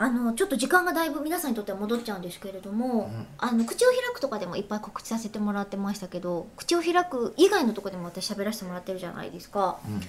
あのちょっと時間がだいぶ皆さんにとっては戻っちゃうんですけれども、うんあの口を開くとかでもいっぱい告知させてもらってましたけど口を開く以外のとこでも私喋らせてもらってるじゃないですかうん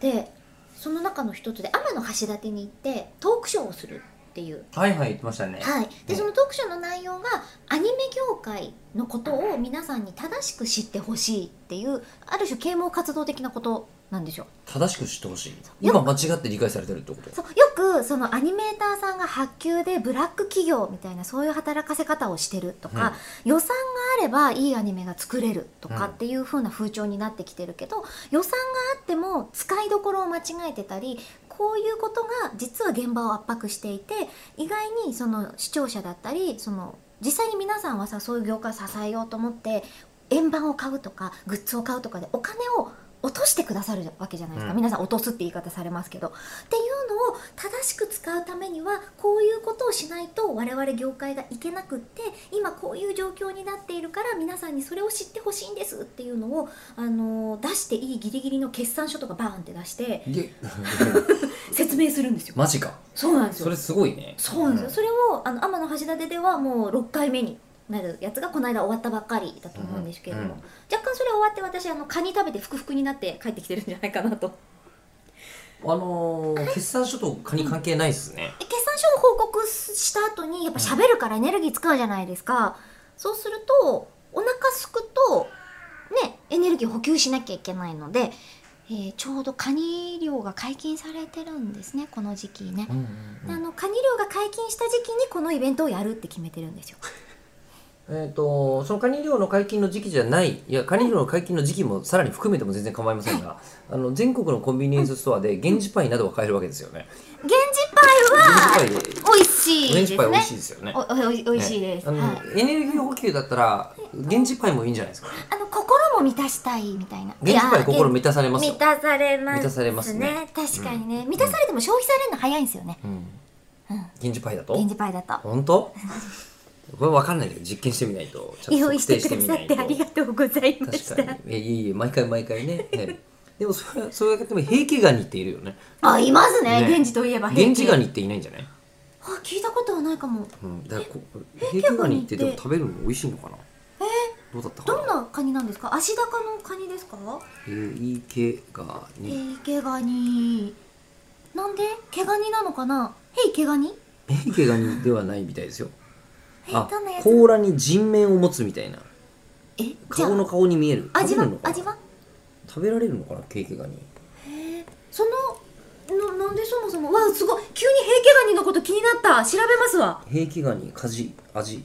でその中の一つで天橋立に行ってトークショーをするっていうはいはい言ってましたねはい、でうんそのトークショーの内容がアニメ業界のことを皆さんに正しく知ってほしいっていうある種啓蒙活動的なことなんですよ。正しく知ってほしい今間違って理解されてるっ てことそうよくそのアニメーターさんが発給でブラック企業みたいなそういう働かせ方をしてるとか、予算があればいいアニメが作れるとかうんっていう風な風潮になってきてるけど、予算があっても使いどころを間違えてたりこういうことが実は現場を圧迫していて意外にその視聴者だったりその実際に皆さんはさそういう業界を支えようと思って円盤を買うとかグッズを買うとかでお金を落としてくださるわけじゃないですか、うん皆さん落とすって言い方されますけどっていうのを正しく使うためにはこういうことをしないと我々業界がいけなくって今こういう状況になっているから皆さんにそれを知ってほしいんですっていうのを、あのー出していいギリギリの決算書とかバーンって出していえ説明するんですよ。マジかそうなんですそよれすごいねそうなんですよ、それをあの天橋立ではもう6回目になるやつがこの間終わったばっかりだと思うんですけれども、うん若干それ終わって私あのカニ食べてふくになって帰ってきてるんじゃないかなとあのー、決算書とカニ関係ないですね、決算書を報告した後にやっぱ喋るからエネルギー使うじゃないですか、そうするとお腹すくとねエネルギー補給しなきゃいけないので、えーちょうどカニ漁が解禁されてるんですねこの時期ね、うんうんでうあんのカニ漁が解禁した時期にこのイベントをやるって決めてるんですよえっ、とそのカニ漁の解禁の時期じゃないいやカニ漁の解禁の時期もさらに含めても全然構いません があの全国のコンビニエンスストアで源氏パイなどが買えるわけですよね現地パイは源氏美味しパイいで源すね氏パイ美味しいですよねおおい美味しいです、あの、はい、エネルギー補給だったら源氏パイもいいんじゃないですかあの心も満たしたいみたいな現地パイいや心満たされますよ満、たされますね満たされますね確かにね、満たされても消費されるの早いんですよねうん、源氏パイだと源氏パイだと本当 これ分かんないけど実験してみないとちゃんと用意測して定くださってありがとうございました確かにいやいやいや毎回毎回ねねでもそれそうやっても平家ガニっているよねあいますねね源氏といえば源氏ガニニっていないんじゃない、あ聞いたことはないかもうん、だからこ平家ガニってでも平家食べるの美味しいのかなどうだったかどんななカニなんですか足高のカニですか平家ガニヘイケガニなんで毛ガニなのかなヘイケガニ平家ガニではないみたいですよあ下手なやつ甲羅に人面を持つみたいなえじゃ顔の顔に見えるあ味食べはるのかな味は食べられるのかな平家ガニへえそのななんでそもそもわあすごい急にヘイケガニのこと気になった調べますわ平家ガニカジ味